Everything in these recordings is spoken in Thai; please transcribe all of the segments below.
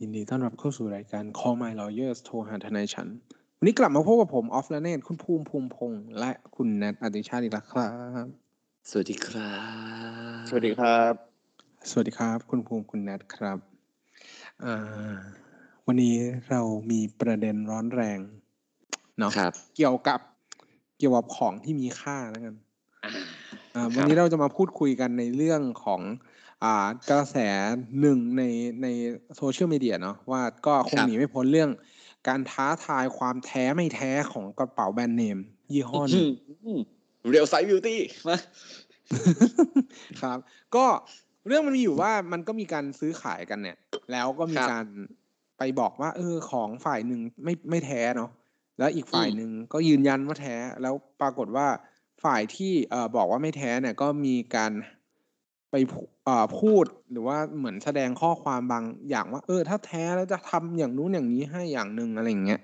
ยินดีต้อนรับเข้าสู่รายการ Call My Lawyers โทรหาทนายฉัน วันนี้กลับมาพบกับผม ออฟและเนตคุณภูมิภูมิพงษ์และคุณแนทอติชาติอีกแล้วครับ สวัสดีครับ สวัสดีครับ สวัสดีครับ คุณภูมิคุณแนทครับอ่าวันนี้เรามีประเด็นร้อนแรงเนาะ ครับ เกี่ยวกับเกี่ยวกับของที่มีค่าแล้วกัน อ่า อ่าวันนี้เราจะมาพูดคุยกันในเรื่องของอ่ากระแสหนึ่งในในโซเชียลมีเดียเนาะว่าก็คง ครับ หนีไม่พ้นเรื่อง การท้าทายความแท้ไม่แท้ของกระเป๋าแบรนด์เนม ยี่ห้อหนึง เรียวไซส์บิวตี้มา ครับก็เรื่องมันมีอยู่ว่ามันก็มีการซื้อขายกันเนี่ย แล้วก็มี ครับ การไปบอกว่า เออของฝ่ายหนึ่งไม่ไม่แท้เนาะแล้วอีกฝ่าย อืม หนึ่งก็ยืนยันว่าแท้ แล้วปรากฏว่าฝ่ายที่เอ่อบอกว่าไม่แท้เนี่ย ก็มีการไปพูเอ่อพูดหรือว่าเหมือนแสดงข้อความบางอย่างว่า เออ ถ้าแท้แล้วจะทำอย่างนู้นอย่างนี้ให้อย่างหนึ่งอะไรอย่างเงี้ย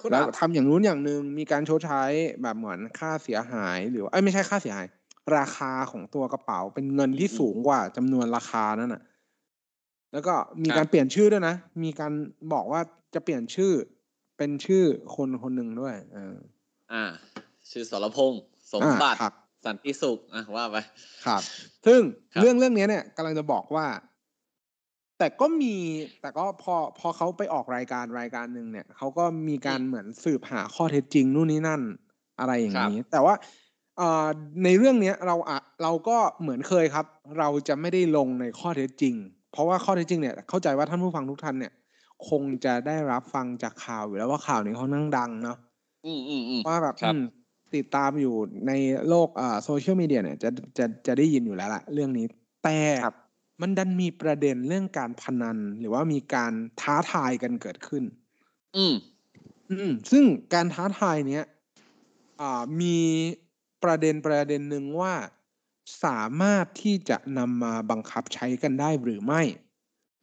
คุณ แล้ว อับ ทำอย่างนู้นอย่างหนึ่งมีการชดใช้แบบเหมือนค่าเสียหาย หรือว่าเอ้ยไม่ใช่ค่าเสียหาย ราคาของตัวกระเป๋าเป็นเงินที่สูงกว่าจำนวนราคานั่นน่ะ แล้วก็มีการเปลี่ยนชื่อด้วยนะ มีการบอกว่าจะเปลี่ยนชื่อเป็นชื่อคนคนหนึ่งด้วยเออ อ่า ชื่อสรพงษ์สม อ่า บัติ ครับ สันติสุข อ่ะ ว่าไป ครับ ซึ่ง ครับ เรื่องเรื่องเนี้ยเนี่ยกำลังจะบอกว่า แต่ก็มีแต่ก็พอพอเขาไปออกรายการรายการหนึ่งเนี่ยเขาก็มีการเหมือนสืบหาข้อเท็จจริงนู่นนี่นั่นอะไรอย่างนี้ แต่ว่าเอ่อในเรื่องเนี้ยเราอะเราก็เหมือนเคยครับ เราจะไม่ได้ลงในข้อเท็จจริง เพราะว่าข้อเท็จจริงเนี่ยเข้าใจว่าท่านผู้ฟังทุกท่านเนี่ย คงจะได้รับฟังจากข่าวอยู่แล้วว่าข่าวนี้เขานั่งดังเนาะ อืมอืมอืม ว่าแบบ ครับ อืมติดตามอยู่ในโลกโซเชียลมีเดียเนี่ยจะจะจะได้ยินอยู่แล้วล่ะ เรื่องนี้ แต่มันดันมีประเด็นเรื่องการพนัน หรือว่ามีการท้าทายกันเกิดขึ้น อืม อืมซึ่งการท้าทายเนี้ยอ่ามีประเด็นประเด็นหนึ่งว่าสามารถที่จะนำมาบังคับใช้กันได้หรือไม่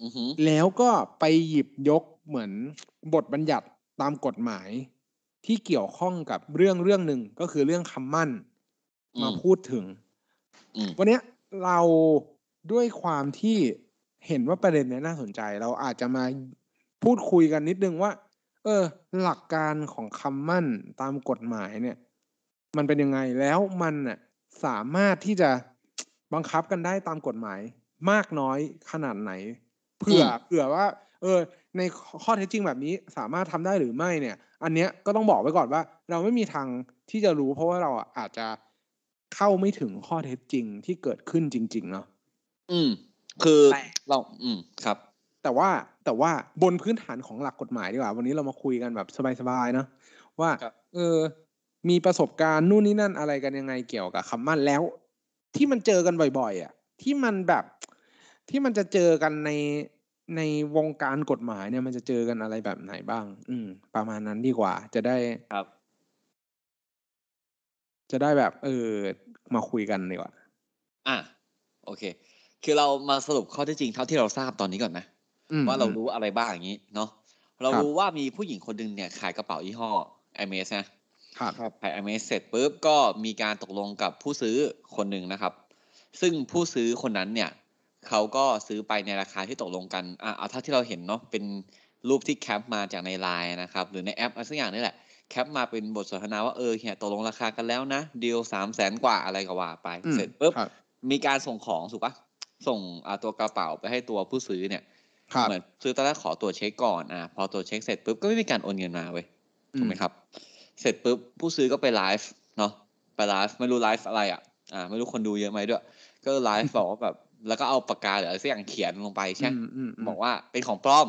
อือหือ แล้วก็ไปหยิบยกเหมือนบทบัญญัติตามกฎหมาย ที่เกี่ยวข้องกับเรื่องเรื่องหนึ่งก็คือเรื่องคำมั่น อืม มาพูดถึง อืม วันเนี้ยเราด้วยความที่เห็นว่าประเด็นเนี้ยน่าสนใจ เราอาจจะมาพูดคุยกันนิดนึงว่า เออ หลักการของคำมั่นตามกฎหมายเนี่ย มันเป็นยังไงแล้วมันน่ะสามารถที่จะบังคับกันได้ตามกฎหมาย มากน้อยขนาดไหน เผื่อ อืม เผื่อว่า เออ ในข้อเท็จจริงแบบนี้สามารถทำได้หรือไม่เนี่ย อันเนี้ยก็ต้องบอกไว้ก่อนว่า เราไม่มีทางที่จะรู้ เพราะว่าเราอะอาจจะเข้าไม่ถึงข้อเท็จจริงที่เกิดขึ้นจริง ๆ เนาะ อืม คือ แต่ เรา อืม ครับ แต่ว่าแต่ว่าบนพื้นฐานของหลักกฎหมายดีกว่า วันนี้เรามาคุยกันแบบสบายๆเนาะว่า ครับ เออ มีประสบการณ์นู่นนี่นั่นอะไรกันยังไงเกี่ยวกับคำมั่นแล้ว ที่มันเจอกันบ่อย ๆ อ่ะ ที่มันแบบที่มันจะเจอกันในในวงการกฎหมายเนี่ย มันจะเจอกันอะไรแบบไหนบ้าง อืม ประมาณนั้นดีกว่า จะได้ ครับ จะได้แบบเออมาคุยกันดีกว่า อ่ะ โอเค คือเรามาสรุปข้อเที่จริงเท่าที่เราทราบตอนนี้ก่อนไหม อืม ว่าเรารู้อะไรบ้างอย่างนี้เนาะ เรา ครับ รู้ว่ามีผู้หญิงคนหนึ่งเนี่ยขายกระเป๋ายี่ห้อไอเมสนะ ครับ ครับขายอเมซเสร็จปุ๊บก็มีการตกลงกับผู้ซื้อคนหนึ่งนะครับ ซึ่งผู้ซื้อคนนั้นเนี่ยเขาก็ซื้อไปในราคาที่ตกลงกันอ่ะเอาเท่าที่เราเห็นเนาะเป็นรูปที่แคปมาจากในไลน์นะครับ หรือในแอปอะไรสักอย่างนี่แหละแคปมาเป็นบทสนทนาว่าเออเฮียตกลงราคากันแล้วนะดีลสามแสนกว่าอะไรก็ว่าไป อืม เสร็จปุ๊บ ครับ มีการส่งของถูกปะส่งอ่ะตัวกระเป๋าไปให้ตัวผู้ซื้อเนี่ย ครับ เหมือนซื้อตอนแรกขอตัวเช็คก่อนอ่ะพอตัวเช็คเสร็จปุ๊บก็ไม่มีการโอนเงินมาเว้ย ถูกไหมครับ เสร็จปุ๊บผู้ซื้อก็ไปไลฟ์เนาะไปไลฟ์ไม่รู้ไลฟ์อะไรอ่ะอ่าไม่รู้คนดูเยอะไหมด้วย ก็ไลฟ์ บอกว่าแบบแล้วก็เอาปากกาหรืออะไรสักอย่างเขียนลงไปใช่ไหม อืมอืมม บอกว่าเป็นของปลอม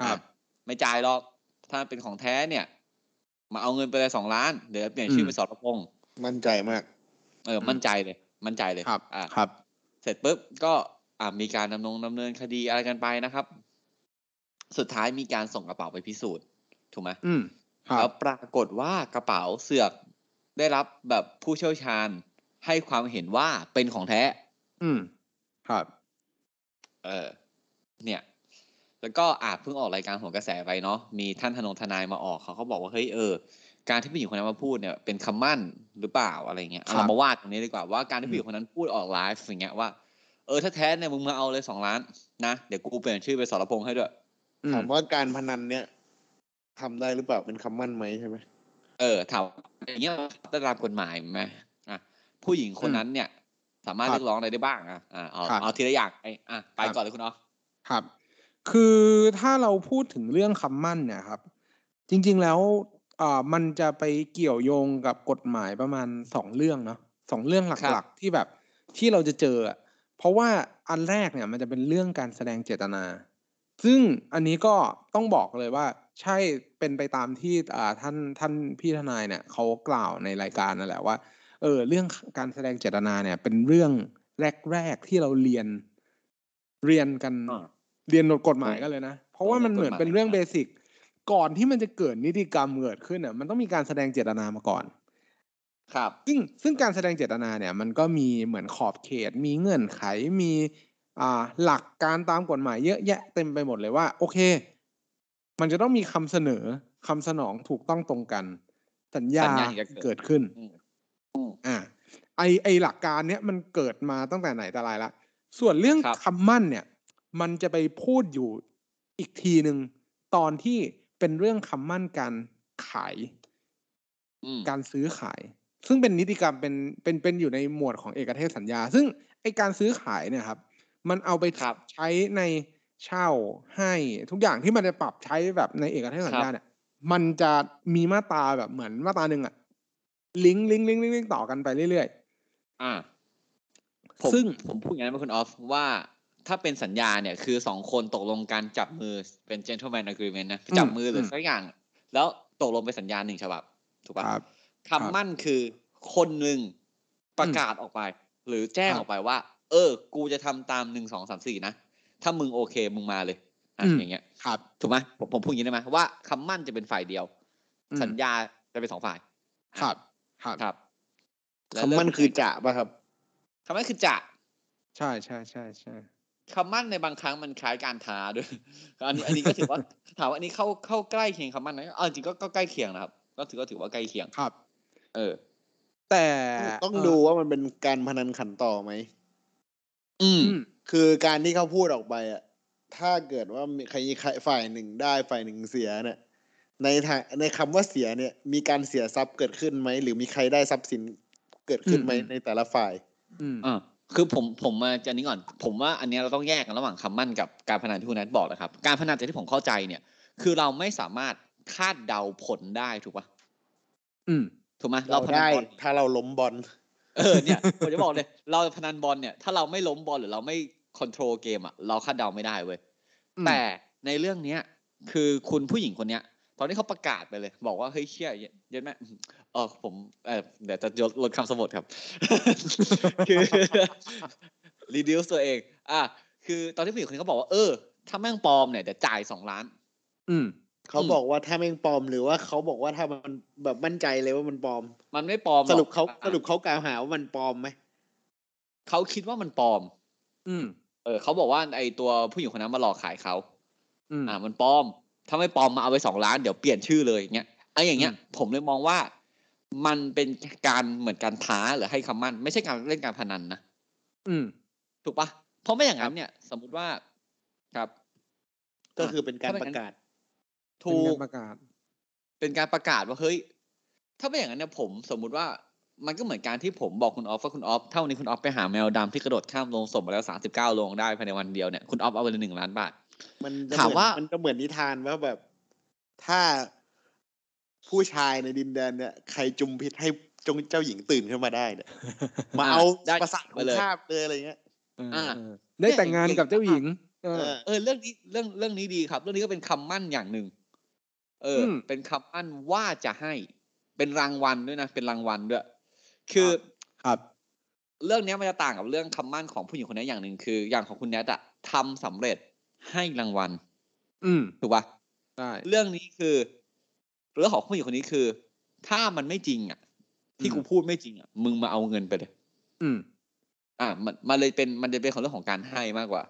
ครับ อ่ะไม่จ่ายหรอกถ้าเป็นของแท้เนี่ย มาเอาเงินไปเลยสองล้านเดี๋ยวเปลี่ยนชื่อเป็นสรพงษ์ มั่นใจมาก เออมั่นใจเลย มั่นใจเลย ครับ อ่า ครับ เสร็จปุ๊บก็อ่ามีการดำนงดำเนินคดีอะไรกันไปนะครับ สุดท้ายมีการส่งกระเป๋าไปพิสูจน์ถูกไหม อืมครั แล้ บ วปรากฏว่ากระเป๋าเสือกได้รับแบบผู้เชี่ยวชาญให้ความเห็นว่าเป็นของแท้ อืมครับ เออ เนี่ย แล้วก็อาจเพิ่งออกรายการโหัวกระแสไปเนาะ มีท่านธนงทนายมาออกเขาเขาบอกว่าเฮ้ยเออ การที่ผู้หญิงคนนั้นมาพูดเนี่ยเป็นคำมั่นหรือเปล่าอะไรเงี้ย ครับ เรามาวาดตรงนี้ดีกว่าว่าการที่ผู้หญิงคนนั้นพูดออกไลฟ์อย่างเงี้ยว่าเออถ้าแท้เนี่ยมึงมาเอาเลยสองล้านนะเดี๋ยวกูเปลี่ยนชื่อเป็นสรพงษ์ให้ด้วย อืม ถามว่าการพนันเนี่ยทำได้หรือเปล่าเป็นคำมั่นไหมใช่ไหม เออถามอย่างเงี้ยได้ตามกฎหมายไหมอ่ะผู้หญิงคนนั้นเนี่ย สามารถ ครับ เรียกร้องอะไรได้บ้างอ่ะอ่ะเอา ครับ เอาทีละอย่างไอ้อ่ะไป ครับ ก่อนเลยคุณอ๋อฟ ครับ คือถ้าเราพูดถึงเรื่องคำมั่นเนี่ยครับ จริงๆแล้วอ่ามันจะไปเกี่ยวโยงกับกฎหมายประมาณสองเรื่องเนาะสองเรื่องหลักๆที่แบบที่เราจะเจออะเพราะว่าอันแรกเนี่ยมันจะเป็นเรื่องการแสดงเจตนา ซึ่งอันนี้ก็ต้องบอกเลยว่า ใช่เป็นไปตามที่อ่าท่านท่านพี่ทนายเนี่ยเขากล่าวในรายการนั่นแหละว่า เออเรื่องการแสดงเจตนาเนี่ยเป็นเรื่องแรกๆที่เราเรียนเรียนกัน เรียนกฎหมายกันเลยนะ เพราะว่ามันเหมือนเป็นเรื่องเบสิก ก่อนที่มันจะเกิดนิติกรรมเกิดขึ้นอ่ะมันต้องมีการแสดงเจตนามาก่อน ครับ ซึ่งซึ่งการแสดงเจตนาเนี่ย มันก็มีเหมือนขอบเขต มีเงื่อนไขมีอ่าหลักการตามกฎหมายเยอะแยะเต็มไปหมดเลยว่า โอเค มันจะต้องมีคำเสนอคำสนองถูกต้องตรงกัน สัญญา สัญญาที่จะเกิด เกิดขึ้น อืม อ่าไอไอหลักการเนี้ยมันเกิดมาตั้งแต่ไหนแต่ไรละ ส่วนเรื่อง ครับ คำมั่นเนี่ย มันจะไปพูดอยู่อีกทีหนึ่งตอนที่เป็นเรื่องคำมั่นการขาย อืม การซื้อขาย ซึ่งเป็นนิติกรรมเป็นเป็นเป็นอยู่ในหมวดของเอกเทศสัญญา ซึ่งไอการซื้อขายเนี่ยครับ มันเอาไป ครับ ใช้ในเช่าให้ทุกอย่างที่มันจะปรับใช้แบบในเอกเทศสัญญา ครับ เนี่ย มันจะมีมาตราแบบเหมือนมาตราหนึ่งอะลิงก์ลิงก์ลิงก์ลิงก์ลิงก์ต่อกันไปเรื่อย อ่ะผม ซึ่ง ผมพูดอย่างนั้นไหมคุณออฟว่าถ้าเป็นสัญญาเนี่ย คือสองคนตกลงการจับมือเป็น gentleman agreement นะจับมือหรือสักอย่าง แล้วตกลงเป็นสัญญาหนึ่งฉบับ ถูก ๆค ปะ รับ คำมั่นคือคนหนึ่งประกาศออกไป หรือแจ้คงรับ ออกไปว่า เออ กูจะทำตามหนึ่งสองสามสี่นะ ถ้ามึงโอเคมึงมาเลยอ่ะอย่างเงี้ย ครับ ถูกไหมผมผมพูดอย่างนี้ได้ไหมว่าคำมั่นจะเป็นฝ่ายเดียว อืม สัญญาจะเป็นสองฝ่าย ครับครับ ครับและ คำมั่น เริ่ คือจะป่ะครับ คำมั่นคือจะ ใช่ใช่ใช่ใช่ คำมั่นในบางครั้งมันคล้ายการท้าด้วย อันนี้อันนี้ก็ถือว่าถามว่าอันนี้เข้าเข้าใกล้เคียงคำมั่นไหมเอาจริงก็ก็ใกล้เคียงนะครับ ก็ถือก็ถือว่าใกล้เคียง ครับ เออ แต่ ต้อง เ ดูว่ามันเป็นการพนันขันต่อไหม อืม อืม คือการที่เขาพูดออกไปอะถ้าเกิดว่ามีใครใครฝ่ายหนึ่งได้ฝ่ายหนึ่งเสียเนี่ยในทางในคำว่าเสียเนี่ย มีการเสียทรัพย์เกิดขึ้นไหม หรือมีใครได้ทรัพย์สินเกิดขึ้นไหม อืม ในแต่ละฝ่าย อืม อ่าคือผมผมมาจะนี้ก่อน ผมว่าอันเนี้ยเราต้องแยกกันระหว่างคำมั่นกับการพนันที่คุณนัทบอกนะครับ การพนันจากที่ผมเข้าใจเนี่ย คือเราไม่สามารถคาดเดาผลได้ถูกปะ อืม ถูกไหม เรา เราพนัน ได้ บอล ถ้าเราล้มบอล เออเนี่ยผมจะบอกเลย เราพนันบอลเนี่ย ถ้าเราไม่ล้มบอลหรือเราไม่คอนโทรลเกมอ่ะเราคาดเดาไม่ได้เว้ย อืม แต่ในเรื่องเนี้ย คือคุณผู้หญิงคนเนี้ย ตอนที่เขาประกาศไปเลย บอกว่าเฮ้ยเชี่ยเย็นเย็นแม่เออผมเออเดี๋ยวจะยกลดคำสมบท ครับ คือ reduce ตัวเอง อ่ะ คือตอนที่ผู้หญิงคนนี้เขาบอกว่า เออ ถ้าแม่งปลอมเนี่ยเดี๋ยวจ่ายสองล้าน อืม เขาบอกว่าถ้าแม่งปลอมหรือว่าเขาบอกว่าถ้ามันแบบมั่นใจเลยว่ามันปลอม มันไม่ปลอมหอก สรุปเขา อ่ะ สรุปเขากล่าวหาว่ามันปลอมไหม เขาคิดว่ามันปลอม อืม เออ เขาบอกว่าไอตัวผู้หญิงคนนั้นมาหลอกขายเขา อืม อ่า มันปลอม ถ้าไม่ปลอมมาเอาไปสองล้านเดี๋ยวเปลี่ยนชื่อเลยอย่างเงี้ย ไอ้อย่างเงี้ย ผมเลยมองว่า มันเป็นการเหมือนการท้าหรือให้คำมั่น ไม่ใช่การเล่นการพนันนะ อืม ถูกปะเพราะไม่อย่างนั้นเนี่ย สมมุติว่า ครับ ก็คือเป็นการ ถ้า ป ไม่งั้ ระ น กาศ ถู เป็นกากรประกาศ เป็นการประกาศว่าเฮ้ย ถ้าเป็นอย่างนั้นเนี่ยผมสมมุติว่ามันก็เหมือนการที่ผมบอกคุณออฟว่าคุณออฟถ้าวันนี้คุณออฟไปหาแมวดำที่กระโดดข้ามโลงศพมาแล้วสามสิบเก้าโลงได้ภายในวันเดียวเนี่ยคุณออฟเอาไปเลยหนึ่งล้านบาท มันจะ ถาม เหอน ว่ามั นจะเหมือนนิทานว่าแบบ ถ้าผู้ชายในดินแดนเนี่ย ใครจุมพิษให้จงเจ้าหญิงตื่นขึ้นมาได้เนี่ย มาเอา ได้ ประสาทข ไป อง เลย ข้าบเลยอะไรเงี้ย เออ อ่า เออได้แต่งงานกับเจ้าหญิง เอ เอ อ อ เออเรื่องนี้เรื่องเรื่องนี้ดีครับ เรื่องนี้ก็เป็นคำมั่นอย่างหนึ่งเอออ ม เป็นคำมั่นว่าจะให้เป็นรางวัลด้วยนะเป็นรางวัลด้วยคือ ครับ เรื่องเนี้ยมันจะต่างกับเรื่องคำมั่นของผู้หญิงคนนี้อย่างหนึ่งคือ อย่างของคุณแนทอะทำสำเร็จให้รางวัล อืม ถูกปะ ได้ เรื่องนี้คือ เรื่องของผู้หญิงคนนี้คือ ถ้ามันไม่จริงอ่ะ ที่ อืม กูพูดไม่จริงอ่ะมึงมาเอาเงินไปเลย อืม อ่ะมันมันเลยเป็นมันจะเป็นของเรื่องของการให้มากกว่า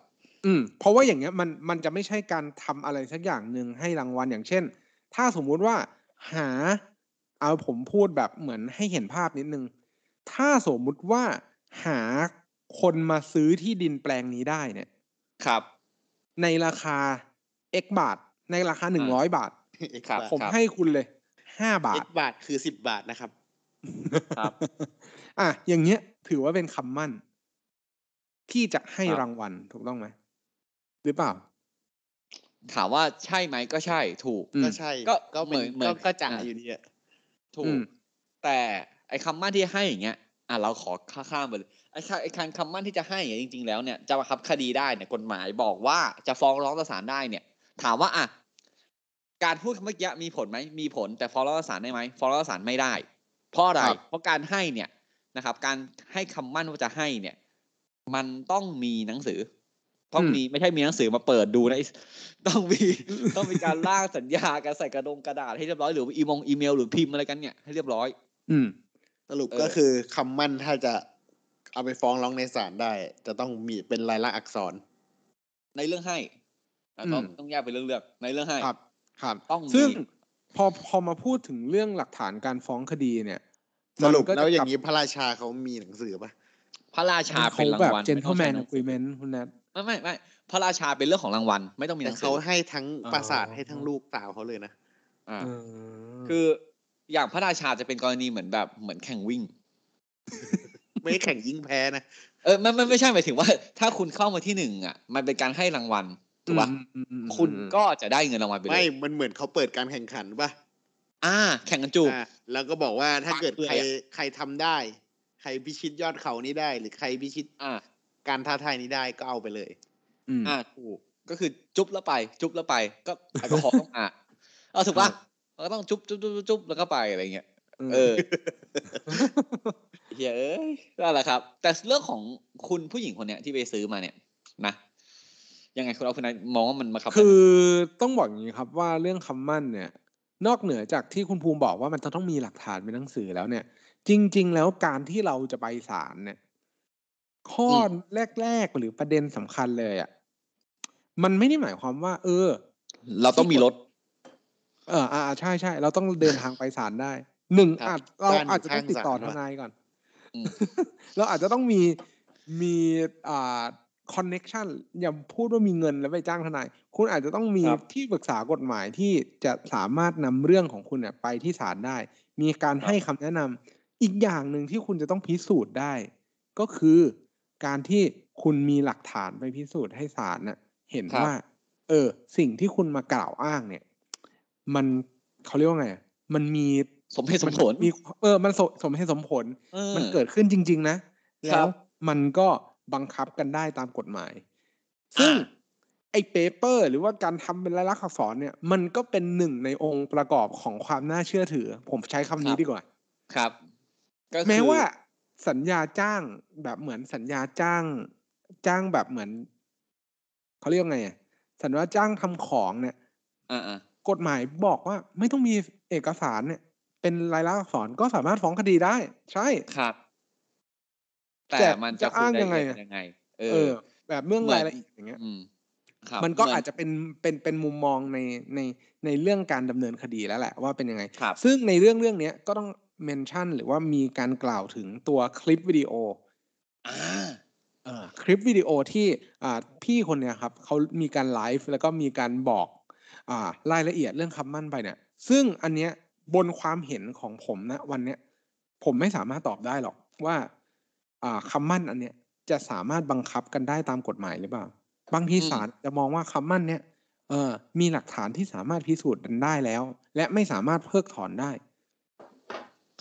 อืมเพราะว่าอย่างเงี้ยมันมันจะไม่ใช่การทำอะไรสักอย่างหนึ่งให้รางวัลอย่างเช่น ถ้าสมมุติว่าหา เอาผมพูดแบบเหมือนให้เห็นภาพนิดนึง ถ้าสมมุติว่าหาคนมาซื้อที่ดินแปลงนี้ได้เนี่ย ครับ ในราคา x บาท ในราคาหนึ่งร้อยบาท เอครับกาท ผม ครับ ให้คุณเลยห้าบา เอ ท กบาทคือสิบบาทนะครับ ครับ อ่ะอย่างเงี้ย ถือว่าเป็นคำมั่น ที่จะให้ ครับ รางวัลถูกต้องไหมหรือเปล่า ถามว่าใช่ไหมก็ใช่ถูก อืม ก็ใช่ ก็ ก็เหมือน เหมือน ก็ก็จ่าย อ่ะ อยู่ดีอะ ถู อื ก ม แต่ไอ้คำมั่นที่ให้อย่างเงี้ยอ่ะเราขอข้าข้ามไปเลยไอ้ค่าไอ้การคำมั่นที่จะให้อย่างเงี้ยจริง ๆ แล้วเนี่ยจะบังคับคดีได้เนี่ยกฎหมายบอกว่าจะฟ้องร้องต่อศาลได้เนี่ย ถามว่าอ่ะการพูดเมื่อกี้มีผลไหมมีผลแต่ฟ้องร้องต่อศาลได้ไหมฟ้องร้องต่อศาลไม่ได้ เพราะอะไร ครับ เพราะการให้เนี่ยนะครับ การให้คำมั่นว่าจะให้เนี่ย มันต้องมีหนังสือ ต้องมีไม่ใช่มีหนังสือมาเปิดดูนะไอ้ ต้องมี ต้องมีการล่างสัญญาการใส่กระดงกระดาษให้เรียบร้อยหรือว่าอีมงอีเมลหรือพิมพ์อะไรกันเนี่ยให้เรียบร้อย อืม สรุป เออ ก็คือคำมั่นถ้าจะเอาไปฟ้องร้องในศาลได้ จะต้องมีเป็นลายลักษณ์อักษร ในเรื่องให้อ่ะต้อง อืม ต้องแยกไปนเรื่องเลือกในเรื่องให้ ครับครับ ต้องมี ซึ่งพอพอมาพูดถึงเรื่องหลักฐานการฟ้องคดีเนี่ย สรุป มันก็จะ แล้วอย่าง นี้ นี้พระราชาเขามีหนังสือปะ พระราชาเป็ เขา นราง แบบ วัล เจน ไม่ เ l ต้อง e แม ใช้ น หนั อง คุยเมนคุณแนท ไม่ไม่ไม่พระราชาเป็นเรื่องของรางวัล ไม่ต้องมีห แต่ นังสื เขา อ ให้ทั้ง อ๋อ ปราสาทให้ทั้งลูกสาวเขาเลยนะ อ่า เออ คืออย่างพระราชาจะเป็นกรณีเหมือนแบบเหมือนแข่งวิ่ง ไม่ได้แข่งยิงแพ้นะ เออไม่ไม่ไม่ใช่หมายถึงว่า ถ้าคุณเข้ามาที่หนึ่งอ่ะ มันเป็นการให้รางวัลถูกปะ อืมอืมอืมอืม คุณก็จะได้เงินรางวัลไปเล ไม่ ย มันเหมือนเขาเปิดการแข่งขันปะ อ่า แข่งกันจูบ อ่ะแล้วก็บอกว่าถ้าเกิด ปากเปื่อย ใคร อะ ใครทำได้ ใครพิชิตยอดเขานี้ได้ หรือใครพิชิต อ่า การท้าทายนี้ได้ก็เอาไปเลย อืม อ่าถูกก็คือจุ๊บแล้วไป จุ๊บแล้วไป ก็แอลกอฮอล์ต้องอ่ะเอาถูกปะมันก็ต้องจุ๊บจุ๊บจุ๊บจุ๊บแล้วก็ไปอะไรเงี้ยเออเหี้ยเอ้ยนั่นแหละครับ แต่เรื่องของคุณผู้หญิงคนเนี้ยที่ไปซื้อมาเนี่ยนะยังไงคุณเอาคุณนายมองว่ามันมาขับ คือต้องบอกอย่างนี้ครับว่าเรื่องคำมั่นเนี่ย นอกเหนือจากที่คุณภูมิบอกว่ามันจะต้องมีหลักฐานเป็นหนังสือแล้วเนี่ย จริง ๆ แล้วการที่เราจะไปศาลเนี่ย ข้อแรก ๆ หรือประเด็นสำคัญเลยอะ่ะมันไม่ได้หมายความว่า เออ เราต้องมีรถ เอออ่าใช่ใช่ เราต้องเดินทางไปศาลได้ หนึ่ง ครั อา บ จเรา บ้านอยู่ อาจจะต้องติดต่อท ข้างศาล นายก่อน อืม เราอาจจะต้องมีมีอ่าคอนเน็ชันอย่าพูดว่ามีเงินแล้วไปจ้างทนาย คุณอาจจะต้องมี ครับ ที่ปรึกษากฎหมายที่จะสามารถนำเรื่องของคุณเนี่ยไปที่ศาลได้ มีการ ครับ ให้คำแนะนำอีกอย่างหนึ่งที่คุณจะต้องพิสูจน์ได้ ก็คือการที่คุณมีหลักฐานไปพิสูจน์ให้ศาลน่ะเห็น ครับ ว่า เออ สิ่งที่คุณมากล่าวอ้างเนี่ย มันเขาเรียกว่าไงอะมันมี สมเหตุสมผล มีเออมันสมสมเหตุสมผล ออ มันเกิดขึ้นจริง ๆ นะ ค แล้ รั ว บ มันก็บังคับกันได้ตามกฎหมาย ซึ่ง อ่า ไอ้เปเปอร์ หรือว่าการทำเป็นลายลักษณ์อักษรเนี่ย มันก็เป็นหนึ่งในองค์ประกอบของความน่าเชื่อถือ ผมใช้คำนี้ดีกว่า ครับ ก็คือ แม้ว่าสัญญาจ้างแบบเหมือนสัญญาจ้าง จ้างแบบเหมือนเขาเรียกว่าไงอะสัญญาจ้างทำของเนี่ย อ่าอ่าก ฎหมายบอกว่าไม่ต้องมีเอกสารเนี่ย เป็นลายลักษณ์อักษรก็สามารถฟ้องคดีได้ ใช่ ครับ แต่ แต่ มันจะ จะ คุย อ้าง ได้ ยังไงอะ ยังไง เอ เอ อ อ แบบเรื่อง เหมือน รายละเอียดอย่างเงี้ย อืม ครับ มันก็ เห อาจจะเป็นเป็นเป็นมุมมองในในในเรื่องการดำเนินคดีแล้วแหละว่าเป็นยังไง ครับ ซึ่งในเรื่องเรื่องเนี้ยก็ต้องเมนชั่นหรือว่ามีการกล่าวถึงตัวคลิปวิดีโอ อ่า คลิปวิดีโอที่อ่าพี่คนเนี้ยครับเขามีการไลฟ์แล้วก็มีการบอกอ่ารายละเอียดเรื่องคำมั่นไปเนี่ย ซึ่งอันเนี้ยบนความเห็นของผมนะวันเนี้ยผมไม่สามารถตอบได้หรอกว่าอ่าคำมั่นอันเนี้ยจะสามารถบังคับกันได้ตามกฎหมายหรือเปล่า บางที อืม ศาลจะมองว่าคำมั่นเนี้ยเออมีหลักฐานที่สามารถพิสูจน์กันได้แล้ว และไม่สามารถเพิกถอนได้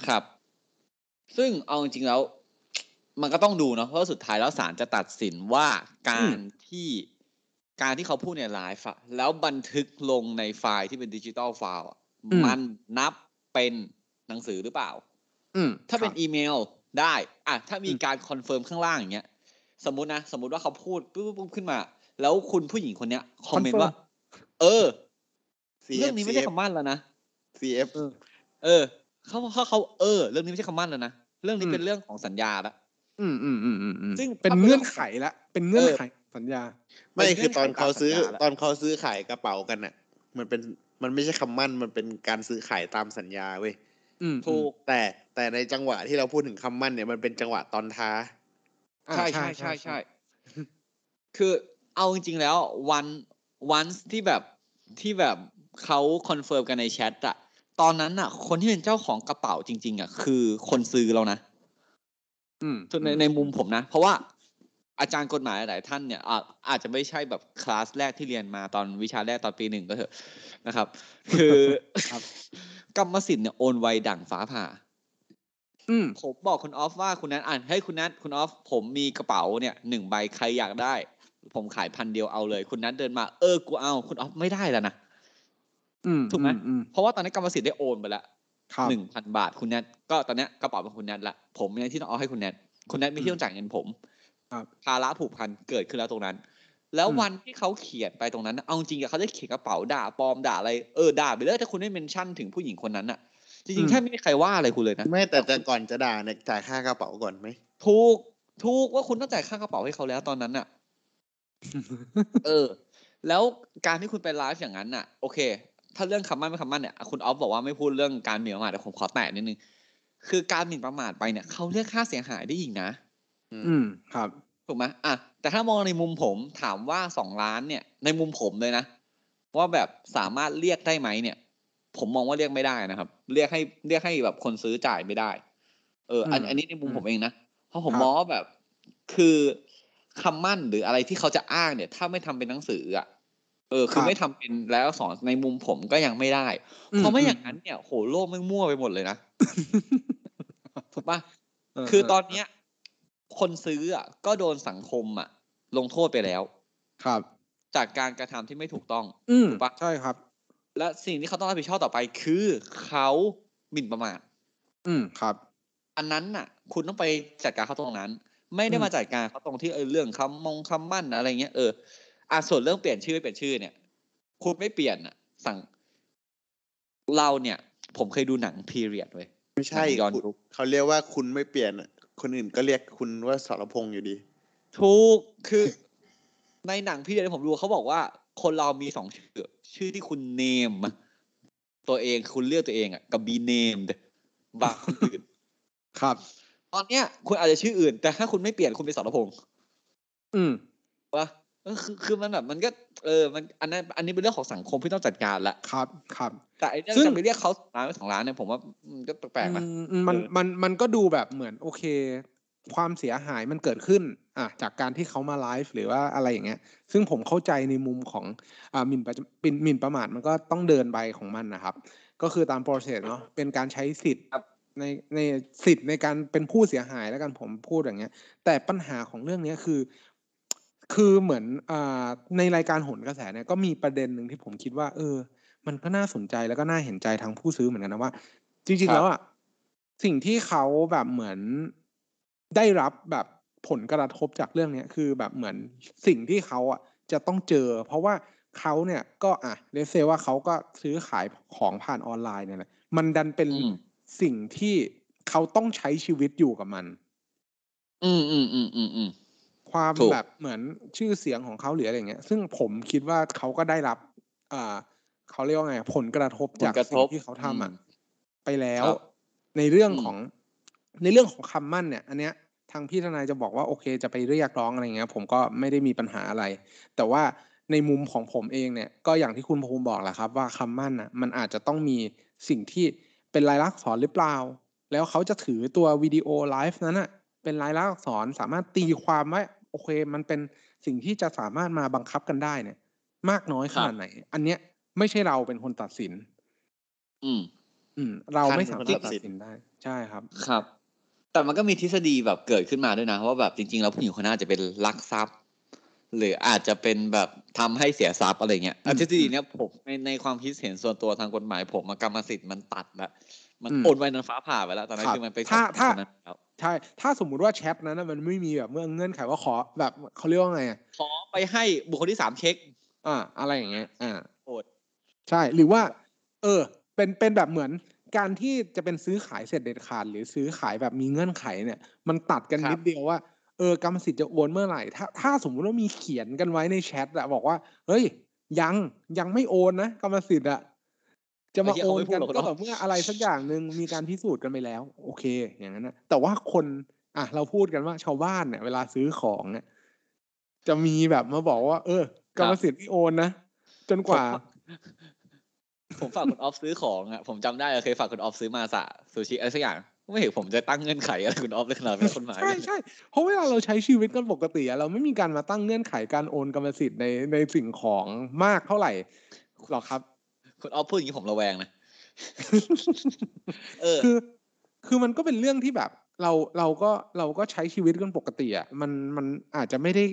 ครับ ซึ่งเอาจริงๆแล้ว มันก็ต้องดูเนาะเพราะสุดท้ายแล้วศาลจะตัดสินว่าการที่การที่เขาพูดในไลฟ์อะแล้วบันทึกลงในไฟล์ที่เป็นดิจิตอลไฟล์อะ อืม มันนับเป็นหนังสือหรือเปล่า อืม ถ้าเป็น ครับ อีเมลได้อ่ะถ้ามี อืม การคอนเฟิร์มข้างล่างอย่างเงี้ย สมมตินะ สมมติว่าเขาพูดปุ๊บปุ๊บปุ๊บขึ้นมา แล้วคุณผู้หญิงคนเนี้ยคอมเมนต์ว่า เออ CF เรื่องนี้ไม่ใช่คำมั่นแล้วนะ CF เออเขาเขาเขาเออ เรื่องนี้ไม่ใช่คำมั่นแล้วนะเรื่องนี้เป็นเรื่องของสัญญาละ อืมอืมอืมอืมอืม ซึ่ง เป็นเงื่อนไขละเป็นเงื่อนไขสัญญา ไม่คือตอน เป็นเงื่ เขา อนไข ซื้อ ตามสัญญาแล้ว ตอนเขาซื้อขายกระเป๋ากันน่ะ มันเป็นมันไม่ใช่คำมั่นมันเป็นการซื้อขายตามสัญญาเว้ย อืม ถูก แต่แต่ในจังหวะที่เราพูดถึงคำมั่นเนี่ยมันเป็นจังหวะตอนท้า อ่า ใช่ใช่ใช่ใช่ คือเอาจริงๆแล้ววันวันที่แบบที่แบบเขาคอนเฟิร์มกันในแชทอะตอนนั้นอะคนที่เป็นเจ้าของกระเป๋าจริง ๆอะคือคนซื้อแล้วนะ อืม ในในมุมผมนะ เพราะว่าอาจารย์กฎหมายหลายท่านเนี่ยอาอาจจะไม่ใช่แบบคลาสแรกที่เรียนมาตอนวิชาแรกตอนปีหนึ่งก็เถอะนะครับ คือ กรรมสิทธิ์เนี่ยโอนไวดั่งฟ้าผ่า อืม ผมบอกคุณออฟว่าคุณนัทอ่านให้ยคุณนัทคุณออฟผมมีกระเป๋าเนี่ยหนึ่งใบใครอยากได้ ผมขายพันเดียวเอาเลย คุณนัทเดินมาเออกูเอาคุณออฟไม่ได้แล้วนะ อืม ถูกไหม อืม เพราะว่าตอนนี้กรรมสิทธิ์ได้โอนไปแล้ว ครับ หนึ่งพันบาทคุณนัทก็ตอนเนี้ยกระเป๋าเป็นคุณนัทละผมมีหน้าที่ต้องเอาให้คุณนัทคุณนัทไม่ที่ต้องจ่ายเงินผม ครับ ภาระผูกพันเกิดขึ้นแล้วตรงนั้น แล้ว อืม วันที่เขาเขียนไปตรงนั้นน่ะเอาจริงๆอะเขาได้เขียนกระเป๋าด่าปลอมด่าอะไรเออด่าไปเลยถ้าคุณไม่เมนชั่นถึงผู้หญิงคนนั้นอะจริงๆแทบไม่มีใครว่าอะไรคุณเลยนะ ไม่แต่แต่ก่อนจะด่าเนี่ยจ่ายค่ากระเป๋าก่อนไหม ถูกถูกว่าคุณต้องจ่ายค่ากระเป๋าให้เขาแล้วตอนนั้นน่ะ เออ แล้วการที่คุณไปไลฟ์อย่างนั้นน่ะ โอเค ถ้าเรื่องคำมั่นไม่คำมั่นเนี่ยคุณออฟบอกว่าไม่พูดเรื่องการหมิ่นประมาทแต่ผมขอแตะนิดนึงคือการหมิ่นประมาทไปเนี่ยเขาเรียกค่าเสียหายได้อีกนะ อืมครับ ถูกไหมอ่ะแต่ถ้ามองในมุมผมถามว่าสองล้านเนี่ย ในมุมผมเลยนะว่าแบบสามารถเรียกได้ไหมเนี่ย ผมมองว่าเรียกไม่ได้นะครับ เรียกให้เรียกให้แบบคนซื้อจ่ายไม่ได้ เออ อัน อืม อันนี้ในมุมผมเองนะ เพราะผม ครับ มองว่าแบบคือคำมั่นหรืออะไรที่เขาจะอ้างเนี่ย ถ้าไม่ทำเป็นหนังสืออ่ะเออ คือไม่ทำเป็นแล้วอักษรในมุมผมก็ยังไม่ได้ เพราะไม่อย่างนั้นเนี่ยโหโลกไม่งมั่วไปหมดเลย นะ ถูกปะ เเ คือตอนเนี้ย คนซื้ออ่ะก็โดนสังคมอ่ะ ลงโทษไปแล้ว ครับ จากการกระทำที่ไม่ถูกต้อง อืม ถูกปะ ใช่ครับ และสิ่งที่เขาต้องรับผิดชอบต่อไปคือเขาหมิ่นประมาท อืมครับ อันนั้นน่ะ คุณต้องไปจัดการเขาตรงนั้น ไม่ได้ อืม มาจัดการเขาตรงที่เออเรื่องคำมงคำมั่นอะไรเงี้ยเอออ่ะส่วนเรื่องเปลี่ยนชื่อไม่เปลี่ยนชื่อเนี่ย คุณไม่เปลี่ยนน่ะ สั่ง เราเนี่ย ผมเคยดูหนังพีเรียดเว้ย ไม่ใช่ หนังย้อน คุณ ยุค เขาเรียกว่าคุณไม่เปลี่ยนอะคนอื่นก็เรียกคุณว่าสรพงษ์อยู่ดี ถูกคือ ในหนังพีเรียดที่ผมดูเขาบอกว่า คนเรามีสองชื่อ ชื่อที่คุณเนมตัวเองคุณเลือกตัวเองอ่ะกับบีเนมบางคนอื่น ครับ ตอนเนี้ย คุณอาจจะชื่ออื่น แต่ถ้าคุณไม่เปลี่ยนคุณเป็นสรพงษ อืม วะเออคือคือมันแบบมันก็เออมันอันนั้นอันนี้เป็นเรื่องของสังคมที่ต้องจัดการละ ครับ ครับ แต่ไอ้เรื่อง ซึ่ง จะไปเรียกเขาสองล้านไม่สองล้านเนี่ยผมว่ามันก็แปลกๆนะ อืมอืมมัน เออ มันมันก็ดูแบบเหมือนโอเค ความเสียหายมันเกิดขึ้น อ่ะจากการที่เขามาไลฟ์หรือว่าอะไรอย่างเงี้ย ซึ่งผมเข้าใจในมุมของอ่าหมิ่นประปินหมิ่นประมาทมันก็ต้องเดินไปของมันนะครับ ก็คือตามโปรเซสเนาะเป็นการใช้สิทธิ์ในในสิทธิ์ในการเป็นผู้เสียหายแล้วกันผมพูดอย่างเงี้ย แต่ปัญหาของเรื่องเนี้ยคือ คือเหมือนอ่าในรายการโหนกระแสเนี่ยก็มีประเด็นหนึ่งที่ผมคิดว่า เออ มันก็น่าสนใจแล้วก็น่าเห็นใจทางผู้ซื้อเหมือนกันนะว่า จริงๆแล้วอ่ะสิ่งที่เขาแบบเหมือนได้รับแบบผลกระทบจากเรื่องเนี้ยคือแบบเหมือนสิ่งที่เขาอ่ะจะต้องเจอ เพราะว่าเขาเนี่ยก็อ่ะเลเซว่าเขาก็ซื้อขายของผ่านออนไลน์เนี่ยแหละมันดันเป็น อืม สิ่งที่เขาต้องใช้ชีวิตอยู่กับมัน อืมอืมอืมอืมอืม ความ ถูก แบบเหมือนชื่อเสียงของเขาหรืออะไรอย่างเงี้ย ซึ่งผมคิดว่าเขาก็ได้รับอ่าเขาเรียกว่าไงผลกระทบ ผล จาก กระท สิ่ง บ ที่เขาทำอ่ะ อืม ไปแล้ว ครับ ในเรื่อง อืม ของในเรื่องของคำมั่นเนี่ย อันเนี้ยทางพี่ทนายจะบอกว่าโอเค จะไปเรียกร้องอะไรเงี้ย ผมก็ไม่ได้มีปัญหาอะไร แต่ว่าในมุมของผมเองเนี่ย ก็อย่างที่คุณภูมิบอกแหละครับ ว่าคำมั่นน่ะ มันอาจจะต้องมีสิ่งที่เป็นลายลักษณ์อักษรหรือเปล่า แล้วเขาจะถือตัววิดีโอไลฟ์นั้นน่ะ เป็นลายลักษณ์อักษรสามารถตีความว่าโอเค มันเป็นสิ่งที่จะสามารถมาบังคับกันได้เนี่ย มากน้อยขนาดไหน อันเนี้ยไม่ใช่เราเป็นคนตัดสิน อืม อืม เรา ท่าน ไม่ เป็น สามารถ คนตัด ตัด สิน สินได้ ใช่ครับ ครับ แต่มันก็มีทฤษฎีแบบเกิดขึ้นมาด้วยนะว่าแบบจริงๆแล้วผู้หญิงคนนั้นอาจจะเป็นลักทรัพย์ หรืออาจจะเป็นแบบทำให้เสียทรัพย์อะไรเงี้ยอ่ะ อืม ทฤษฎีเนี้ยผมในในความคิดเห็นส่วนตัวทางกฎหมาย ผมอะกรรมสิทธิ์มันตัดละมัน อืม โอนไว้นันฟ้าผ่าไปแล้วตอนนั้น ครับ คือมันไปนของ ถ้าถ้า คนนั้นแล้ว ใช่ ถ้าสมมุติว่าแชทนั้นน่ะมันไม่มีแบบเมื่อเงื่อนไขว่าขอแบบเขาเรียกว่าไงอะ ขอไปให้บุคคลที่สามเช็ค อ่า อะไรอย่างเงี้ย อ่า โอ้ ใช่ หรือว่า เออ เป็นเป็นแบบเหมือนการที่จะเป็นซื้อขายเสร็จเด็ดขาด หรือซื้อขายแบบมีเงื่อนไขเนี่ย มันตัดกัน ครับ นิดเดียวว่าเออกรรมสิทธิ์จะโอนเมื่อไหร่ ถ้าถ้าสมมุติว่ามีเขียนกันไว้ในแชทอะบอกว่า เฮ้ย ยังยังไม่โอนนะกรรมสิทธิ์อะจะมา ไอ้เหี้ย โอนเขาไม่พู กันดหรอก ก็ เนอะ ต่อเมื่ออะไรสักอย่างหนึ่งมีการพิสูจน์กันไปแล้ว โอเค อย่างนั้นนะแต่ว่าคนอ่ะเราพูดกันว่าชาวบ้านเนี่ยเวลาซื้อของเนี่ยจะมีแบบมาบอกว่า เออกรรมสิทธิ์ไม่โอนนะจนกว่า ผมฝากคุณออฟซื้อของอ่ะผมจำได้อะเคยฝากคุณออฟซื้อมาสะซูชิอะไรสักอย่างไม่เห็นผมจะตั้งเงื่อนไขอะไรคุณออฟเลยขนาดเป็นคนหมาย ใช่ใช่เพราะเวลาเราใช้ชีวิตกันปกติอะเราไม่มีการมาตั้งเงื่อนไขการโอนกรรมสิทธิ์ในในสิ่งของมากเท่าไหร่หรอกครับ คุณออฟพูดอย่างนี้ผมระแวงนะเออ คือ คือมันก็เป็นเรื่องที่แบบ เราเราก็เราก็ใช้ชีวิตกันปกติอะมันมันอาจจะไม่ได้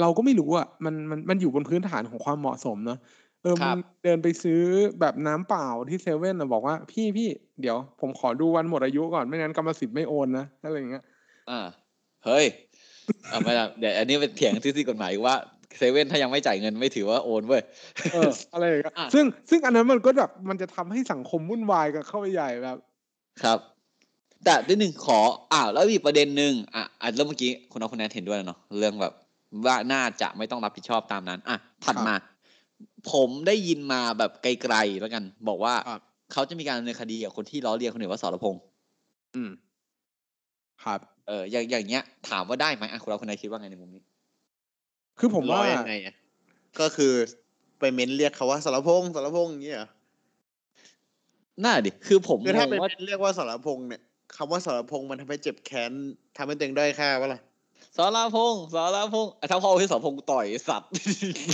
เราก็ไม่รู้อะมันมันมันอยู่บนพื้นฐานของความเหมาะสมเนอะเออ ครั มึ บ งเดินไปซื้อแบบน้ำเปล่าที่เซเว่นอะบอกว่าพี่พี่เดี๋ยว ผมขอดูวันหมดอายุก่อนไม่งั้นกรรมสิทธิ์ไม่โอนนะอะไรอย่างเงี้ย อ่าเฮ้ยเอาไม่ได้เดี๋ยวอันนี้เป็นเถียงที่ที่กฎหมายว่าเซเว่นถ้ายังไม่จ่ายเงินไม่ถือว่าโอนเว้ย เอ ออะไรอย่างเงี้ย อ่ะ ซึ่งซึ่งอันนั้นมันก็แบบมันจะทำให้สังคมวุ่นวายกันเข้าไปใหญ่แบบ ครับ แต่ด้วยหนึ่งขออ้าวแล้วมีประเด็นหนึ่งอ่ะอ่ะแล้วเมื่อกี้คุณน้องคุณแนนเห็นด้วยแล้วเนาะเรื่องแบบว่าน่าจะไม่ต้องรับผิดชอบตามนั้น อ่ะถัดมา ผมได้ยินมาแบบไกลๆแล้วกัน บอกว่า ครับ เขาจะมีการดำเนินคดีกับคนที่ล้อเลียนคนอื่นว่าสรพงษ์ อืม ครับ เอออย่างอย่างเงี้ย ถามว่าได้ไหมอ่ะคุณน้องคุณแนนคิดว่าไงในมุมนี้ คือผม ร้ ว่า อยยังไงอะก็คือไปเม้นเรียกเขาว่าสารพงษ์สารพงษ์อย่างเงี้ยเหรอ น่าดิคือผม คือถ้าง ไป งว่า เม้นเรียกว่าสารพงษ์เนี่ยคำว่าสารพงษ์มันทำให้เจ็บแค้นทำให้ตัวเองด้อยค่าปะล่ะ สรพงษ์สรพงษ์อ่ะถ้าพ่อที่สรพงษ์กูต่อยไอ้สัตว์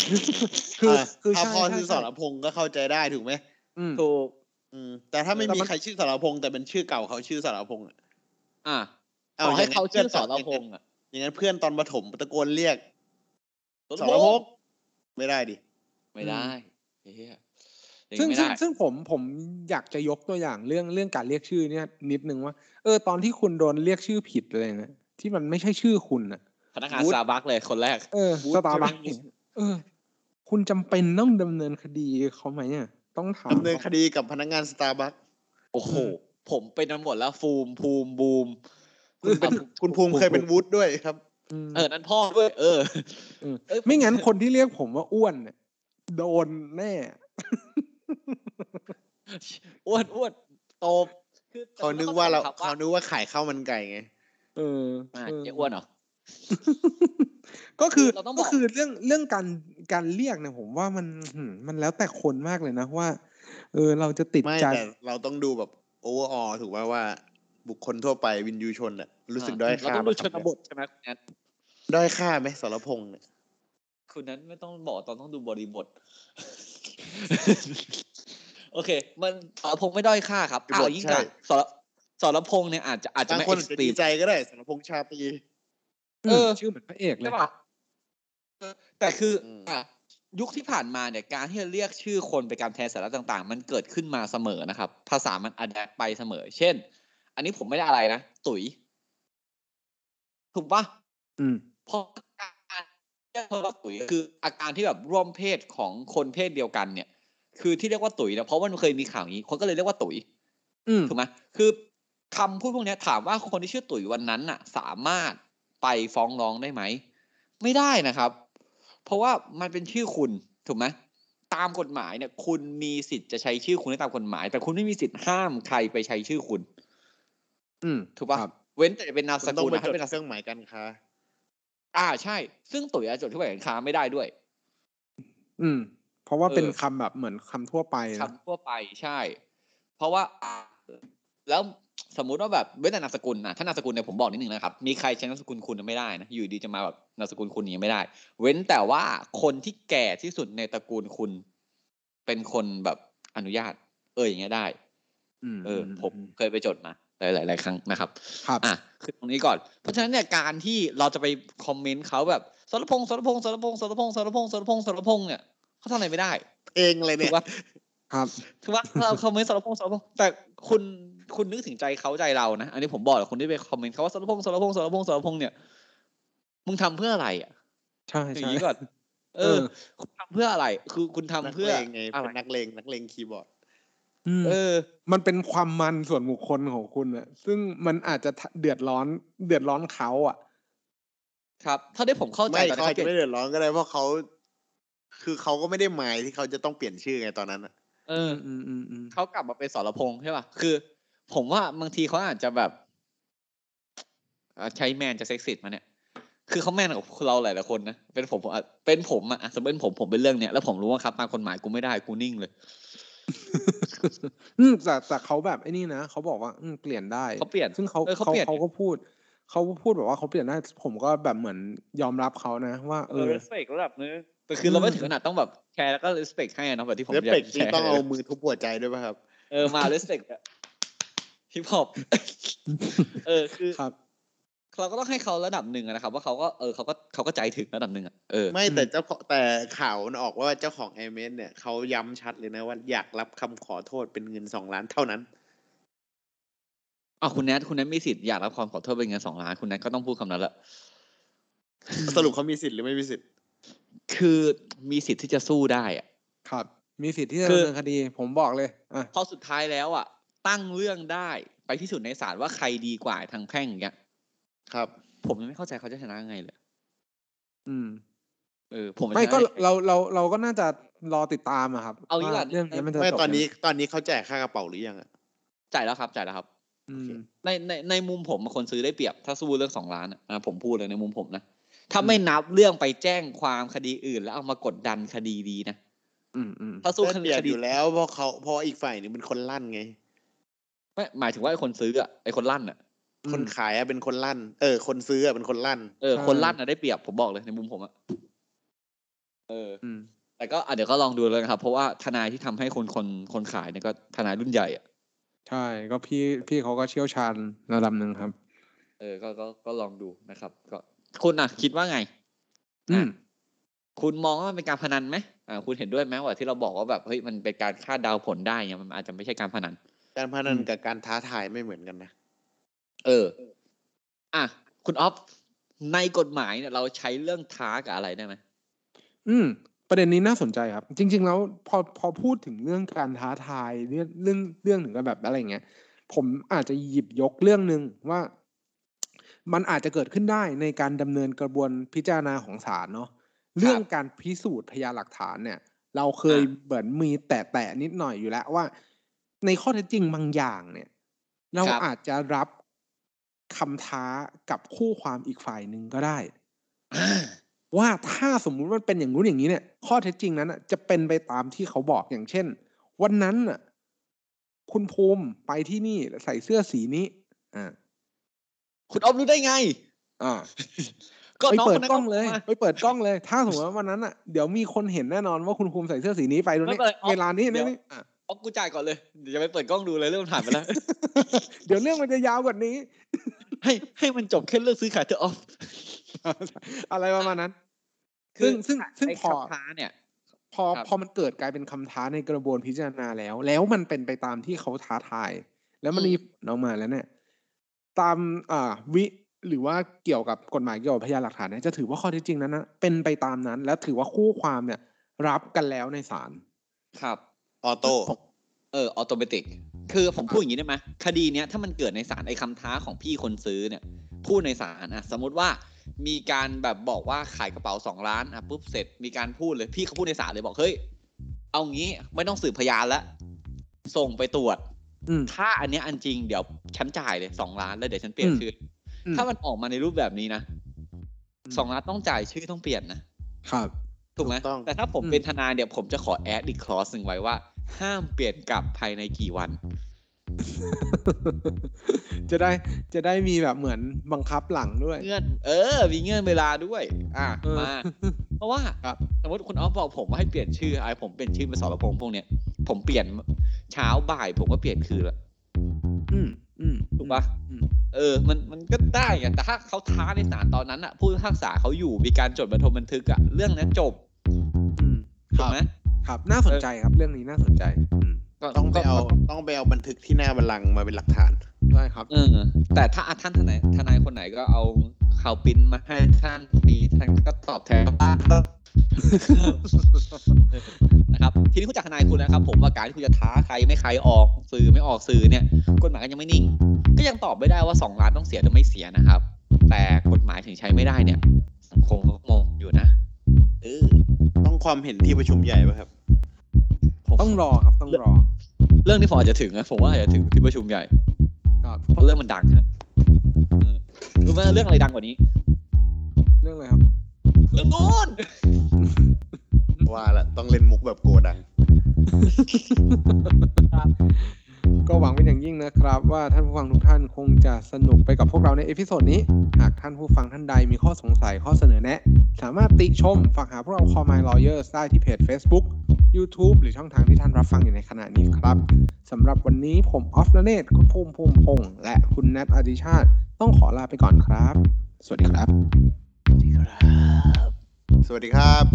คือ อ่ะ คือ ถ้า ใช่ พ่อ ใช่ ชื่อส ใช่ รพงษ์ก็เข้าใจได้ถูกไหม อืม ถูก อืมแต่ถ้าไม่ แต่ มี มัน ใครชื่อสรพงษ์แต่เป็นชื่อเก่าเขาชื่อสรพงษ์อะ อ่ะ อ ต่อให้ ย่งนั้น เขาชื่อสรพงษ์อ่ะ อย่างนั้นเพื่อนตอนประถมตะโกนเรียกสรพงษ์ไม่ได้ดิ ไม่ได้เฮียอย่าง ซึ่ง งี้ไม่ ซึ่ง ได้ ซึ่งผมผมอยากจะยกตัวอย่างเรื่องเรื่องการเรียกชื่อเนี่ยนิดนึงว่า เออตอนที่คุณโดนเรียกชื่อผิดอะไรนะที่มันไม่ใช่ชื่อคุณน่ะ พนักงาน วูด ซาบักเลยคนแรก เออ วูด สตาร์บัค วูด เออ คุณจำเป็นต้องดำเนินคดีเขาไหมอ่ะต้องถาม ดำเนินคดีกับพนักงานสตาร์บัค โอ้โห ผมเป็นทั้งหมดแล้วฟูมภูมิบูม คุณเป็นคุณภูมิเคยเป็นวูดด้วยครับ อืม เออ นั่นพ่อด้วยเออ เออ เอ้ย ไม่งั้นคนที่เรียกผมว่าอ้วนเนี่ยโดนแน่ อ้วนอ้วนโตบคือ เขานึกว่าเรา แต่ผม เขา ก็ นึกว่าขายข้าวมันไก่ไง เออ ไม่ เอ เข้า อ ใจครับว่าอ่ะเจ๊อ้วนเหรอ ก็คือ เราต้องบอก ก็คือเรื่องเรื่องการการเรียกเนี่ยผมว่ามันหืมมันแล้วแต่คนมากเลยนะว่า เออเราจะติด ไม่ ใจ แต่เราต้องดูแบบโอเวอร์ออถูกป่าว่า บุคคลทั่วไปวินยูชนน่ะรู้สึกด้อย เรา ค่า ต้อง ไหม ดู ค ช รับ นบทใช่ไหมคุณแอน ด้อยค่าไหมสารพงษ์เนี่ย คุณนั้นไม่ต้องบอกตอนต้องดูบริบ ท โอเค มันสรพงษ์ไม่ด้อยค่าครับอ้าวยิ่งกว่าสรสรพงษ์เนี่ยอาจจะอาจจะ บาง ไม่ คน เอ็กซ์อาจจะ ตรี ดี ม ใจก็ได้สารพงษ์ชาตรี เออ ชื่อเหมือนพระเอกเลย ใช่ป่ะเออแต่คืออ ม อ่ะยุคที่ผ่านมาเนี่ยการที่จะเรียกชื่อคนไปการแทนสาระต่าง ๆ มันเกิดขึ้นมาเสมอนะครับ ภาษามันอัดแอไปเสมอ เช่น อันนี้ผมไม่ได้อะไรนะ ตุ๋ย ถูกปะ อืม เพราะการเรียกคนว่าตุ๋ยคืออาการที่แบบร่วมเพศของคนเพศเดียวกันเนี่ย คือที่เรียกว่าตุ๋ยเนะเพราะว่ามันเคยมีข่าวอย่างนี้ คนก็เลยเรียกว่าตุ๋ย อืม ถูกไหมคือคำพูดพวกเนี้ยถามว่าคนที่ชื่อตุ๋ยวันนั้นน่ะ สามารถไปฟ้องร้องได้ไหม ไม่ได้นะครับ เพราะว่ามันเป็นชื่อคุณถูกไหมตามกฎหมายเนี่ย คุณมีสิทธิ์จะใช้ชื่อคุณได้ตามกฎหมาย แต่คุณไม่มีสิทธิ์ห้ามใครไปใช้ชื่อคุณ อืม ถูกปะ ครับ เว้นแต่จะเป็นนามส คุณต้อ กุลงไป นะ จ ถ้า ด เป็นนาม เค ส รื่ กุล องหมายการค้า อ่าใช่ ซึ่งตุ๋ยอาจจะจดที่ใบการค้าไม่ได้ด้วย อืม เพราะว่า เออ เป็นคำแบบเหมือนคำทั่วไปนะ คำทั่วไปใช่ เพราะว่าอ่ะแล้วสมมุติว่าแบบเว้นแต่นามสกุลนะถ้านามสกุลเนี่ยผมบอกนิดนึงนะครับ มีใครใช้นามสกุลคุณไม่ได้นะอยู่ดีจะมาแบบนามสกุลคุณอย่างนี้ไม่ได้ เว้นแต่ว่าคนที่แก่ที่สุดในตระกูลคุณ เป็นคนแบบอนุญาต เอออย่างเงี้ยได้ อืม เอออผม อืม เคยไปจดมาหลายๆหลายๆครั้งนะครับ ครับ อ่ะคือตรงนี้ก่อน เพราะฉะนั้นเนี่ยการที่เราจะไปคอมเมนต์เขาแบบสรพงษ์สรพงษ์สรพงษ์สรพงษ์สรพงษ์สรพงษ์สรพงษ์เนี่ยเขาทำอะไรไม่ได้ เองเลย ถู เนี่ย กปะ ครับ ถือว่าเราคอมเมนต์สารพงษ์สารพงษ์แต่คุณคุณนึกถึงใจเขาใจเรานะ อันนี้ผมบอกแหละคนที่ไปคอมเมนต์เขาว่าสารพงษ์สารพงษ์สารพงษ์สารพงษ์เนี่ย มึงทำเพื่ออะไรอ่ะ ใช่ อย่า ใช่ งนี้ก่อน เออ คุณทำเพื่ออะไร คือคุณทำ นัก เพื่อ เลงไง อะไร เป็นนักเลงนักเลงคีย์บอร์ด อืม เออ มันเป็นความมันส่วนบุคคลของคุณอะซึ่งมันอาจจะเดือดร้อนเดือดร้อนเขาอะ ครับเท่าที่ผมเข้าใจ ไม่ ตอน เขา เขา อาจ เปลี่ยจะไม่ น เดือดร้อนก็ได้เพราะเขา คือเขาก็ไม่ได้หมายที่เขาจะต้องเปลี่ยนชื่อไงตอนนั้นอะ เออ อืมอืมอืม เขากลับมาเป็นสรพงษ์ใช่ป่ะ คือ ผมว่าบางทีเขาอาจจะแบบเอ่อใช้แมนจะเซ็กซิตมาเนี่ย คือเขาแมนกับเราหลายๆคนนะ เป็นผมผมอ่ะเป็นผมอ่ะอ่ะสมมติเป็นผมผมเป็นเรื่องเนี้ย แล้วผมรู้ว่าครับตามกฎหมายกูไม่ได้กูนิ่งเลย อืมแต่แต่เขาแบบไอ้นี่นะเขาบอกว่าอืมเปลี่ยนได้ เขาเปลี่ยน ซึ่งเขา เออเขา เขา เปลี่ยน เขาก็พูดเขาก็พูดแบบว่าเขาเปลี่ยนได้ผมก็แบบเหมือนยอมรับเขานะ ว่า เออ เรสเปกระดับนึงแต่คือเราไม่ถึงขนาดต้องแบบแชร์แล้วก็เรสเปกให้อะเนาะแบบที่ผม เดฟ อยา เฟก กแช นี่ ร์ ต้องเอามือทุบหัวใจด้วยป่ะครับ เออมาเรสเปกฮิปฮอป เออคือ ครับ เราก็ต้องให้เขาระดับหนึ่งอะนะครับ ว่าเขาก็เออเขาก็เขาก็ใจถึงระดับหนึ่งอะเออ ไม่แต่เจ้าของแต่ข่าวมันออกว่าเจ้าของไอเมนเนี่ยเขาย้ำชัดเลยนะว่าอยากรับคำขอโทษเป็นเงินสองล้านเท่านั้น อ้าวคุณแนทคุณแนทมีสิทธิ์อยากรับความขอโทษเป็นเงินสองล้านคุณแนทก็ต้องพูดคำนั้นละ สรุปเขามีสิทธิ์หรือไม่มีสิทธิ์ คือมีสิทธิ์ที่จะสู้ได้อะ ครับ มีสิทธิ์ที่จะ คือ ดำเนินคดี ผมบอกเลยอ่ะ พอสุดท้ายแล้วอ่ะ ตั้งเรื่องได้ไปที่สุดในศาลว่าใครดีกว่าทางแพ่งอย่างเงี้ย ครับ ผมยังไม่เข้าใจเขาจะชนะยังไงเลย อืม เออผม ไม่ก็ ชนะยังง เราเราเราก็น่าจะรอติดตามอะครับ เอาอย่างนี้ ว่ ก่อน เรื่องนี้มันจะ ไม่ จบ ตอนนี้ ยังไง ตอนนี้เขาแจกค่ากระเป๋าหรือยังอะ จ่ายแล้วครับจ่ายแล้วครับ อืม ในในในมุมผมอะคนซื้อได้เปรียบ ถ้าสู้เรื่องสองล้านอะอ่ะผมพูดเลยในมุมผมนะถ้าไม่นับเรื่องไปแจ้งความคดีอื่น แล้วเอามากดดันคดีดีนะ อืมอืม ถ้าสู้ ได้ ค เป ดี ลี่คยนอ ดี ยู่แล้วเพราะเขาเพราะอีกฝ่ายหนึงเป็นคนลั่นไง ไม่หมายถึงว่าไอ้คนซื้ออะไอ้คนลั่นอะ คนขายอะเป็นคนลั่น เออ คนซื้ออะเป็นคนลั่น เออคนลั่นนะได้เปรียบผมบอกเลยในมุมผมอะเออ อืม แต่ก็อ่ะเดี๋ยวก็ลองดูเลยครับ เพราะว่าทนายที่ทำให้คนคนคนขายเนี่ยก็ทนายรุ่นใหญ่อะ ใช่ ก็พี่พี่เขาก็เชี่ยวชาญระดับหนึ่งครับ เออก็ก็ก็ลองดูนะครับ ก็คุณอ่ะคิดว่าไง อื อ่ะ ม คุณมองว่ามันเป็นการพนันไหมอ่าคุณเห็นด้วยไหมว่าที่เราบอกว่าแบบเฮ้ยมันเป็นการคาดเดาผลได้เนี่ยมันอาจจะไม่ใช่การพนัน การพนัน อืม กับการท้าทายไม่เหมือนกันนะ เออ อ่ะคุณออฟในกฎหมายเนี่ยเราใช้เรื่องท้ากับอะไรได้ไหม อืม ประเด็นนี้น่าสนใจครับ จริง ๆ แล้วพอพอพูดถึงเรื่องการท้าทายเรื่องเรื่องเรื่องถึงกับแบบอะไรอย่างเงี้ยผมอาจจะหยิบยกเรื่องหนึ่งว่า มันอาจจะเกิดขึ้นได้ในการดำเนินกระบวนพิจารณาของศาลเนาะเรื่องการพิสูจน์พยานหลักฐานเนี่ย เราเคยเหมือนมีแตะแตะนิดหน่อยอยู่แล้วว่า ในข้อเท็จจริงบางอย่างเนี่ย เราอาจจะรับคำท้ากับคู่ความอีกฝ่ายหนึ่งก็ได้ อ่า ว่าถ้าสมมุติมันเป็นอย่างนู้นอย่างนี้เนี่ย ข้อเท็จจริงนั้นน่ะจะเป็นไปตามที่เขาบอกอย่างเช่น วันนั้นน่ะ คุณภูมิไปที่นี่ใส่เสื้อสีนี้ อ่า คุณออฟรู้ได้ไง อ่า ก็ ไป น้อง เปิ ค ด นนั้น กล้องเลย มา ไปเปิดกล้องเลย ถ้าสมมติว่าวันนั้นอ่ะเดี๋ยวมีคนเห็นแน่นอนว่าคุณภูมิใส่เสื้อสีนี้ไปตรงนี้ ไม่เป็นไรเอา เวลานี้นี่เดี๋ยว นี่อ่ะ ออฟกูจ่ายก่อนเลย เดี๋ยวจะไปเปิดกล้องดูเลยเรื่องมันผ่านไปแล้ว เดี๋ยวเรื่องมันจะยาวกว่านี้ ให้ให้มันจบแค่เรื่องซื้อขายเธอออฟ อะไรประมาณนั้น คือ ซึ่งซึ่งซึ่ง ไอ้ พอ คำท้าเนี่ย พอ ครับ พอมันเกิดกลายเป็นคำท้าในกระบวนพิจารณาแล้ว แล้วมันเป็นไปตามที่เขาท้าทาย แล้วมันมีผลออกมาแล้วเนี่ย ตามอ่าวิหรือว่าเกี่ยวกับกฎหมายเกี่ยวกับพยานหลักฐานเนี่ยจะถือว่าข้อเท็จจริงนั้นนะเป็นไปตามนั้น และถือว่าคู่ความเนี่ย รับกันแล้วในศาล ครับ ออโต้ เออออโตเมติก คือผมพูดอย่างนี้ได้ไหมคดีเนี้ยถ้ามันเกิดในศาลไอ้คำท้าของพี่คนซื้อเนี่ย พูดในศาลอ่ะ สมมติว่ามีการแบบบอกว่าขายกระเป๋าสองล้านอ่ะปุ๊บเสร็จมีการพูดเลยพี่เขาพูดในศาลเลยบอกเฮ้ยเอางี้ไม่ต้องสืบพยานละส่งไปตรวจ อืม ถ้าอันเนี้ยอันจริงเดี๋ยวฉันจ่ายเลยสองล้านแล้วเดี๋ยวฉันเปลี่ยน อืม ชื่ออ ม ถ้ามันออกมาในรูปแบบนี้นะสองล้านต้องจ่ายชื่อต้องเปลี่ยนนะ ครับ ถูกไหม ถูกต้อง แต่ถ้าผม อืม เป็นทนายเนี่ยผมจะขอแอดอีกคลอสหนึ่งไว้ว่า ห้ามเปลี่ยนกลับภายในกี่วัน จะได้จะได้มีแบบเหมือนบังคับหลังด้วย เงื่อน เออ มีเงื่อนเวลาด้วย อ่ะ เออ มา เพราะว่า ครับ สมมติคุณออฟบอกผมว่าให้เปลี่ยนชื่อไอ้ผมเปลี่ยนชื่อเป็นสรพงษ์พวกเนี้ยผมเปลี่ยนเช้าบ่ายผมก็เปลี่ยนคืนละ อืมอืม ถูกปะ อืม เออ มันมันก็ได้ไงแต่ถ้าเขาท้าในศาลตอนนั้นอ่ะผู้พิพากษาเขาอยู่มีการจดบันทมบันทึกอ่ะเรื่องนั้นจบ อืม ถูกไหม ครับน่าสนใจครับ เรื่องนี้น่าสนใจอืม ก็ ต้องไป ก็ เอาต้องไปเอาบันทึกที่หน้าบัลลังก์มาเป็นหลักฐาน ได้ครับ เออแต่ถ้าอ่ะท่านทนายทนายคนไหนก็เอาข่าวปริ้นมาให้ท่านทีท่านก็ตอบแทนว่า นะครับทีนี้คุณจากทนายคุณนะครับ ผมว่าการที่คุณจะท้าใครไม่ใครออกสื่อไม่ออกสื่อเนี่ย กฎหมายก็ยังไม่นิ่ง ก็ยังตอบไม่ได้ว่า 2 ล้านต้องเสียหรือไม่เสียนะครับ แต่กฎหมายถึงใช้ไม่ได้เนี่ยสังคมก็งงอยู่นะเออ ต้องความเห็นที่ประชุมใหญ่ป่ะครับ ผม ต้องรอครับต้องรอ เรื่องที่ผมอาจจะถึงนะผมว่าอาจจะถึงที่ประชุมใหญ่ ครับ เพราะเรื่องมันดังฮะเออรู้ไหมเรื่องอะไรดังกว่านี้ เรื่องอะไรครับ เรื่องโน้น ว่าละต้องเล่นมุกแบบโกดัง ก็หวังเป็นอย่างยิ่งนะครับ ว่าท่านผู้ฟังทุกท่านคงจะสนุกไปกับพวกเราในเอพิโซดนี้ หากท่านผู้ฟังท่านใดมีข้อสงสัยข้อเสนอแนะ สามารถติชมฝากหาพวกเรา Call My Lawyers ได้ที่เพจ Facebook YouTube หรือช่องทางที่ท่านรับฟังอยู่ในขณะนี้ครับสำหรับวันนี้ผมออฟละเนตคุณภูมิภูมิพงษ์และคุณแนทอดิชาติ ต้องขอลาไปก่อนครับ สวัสดีครับ สวัสดีครับ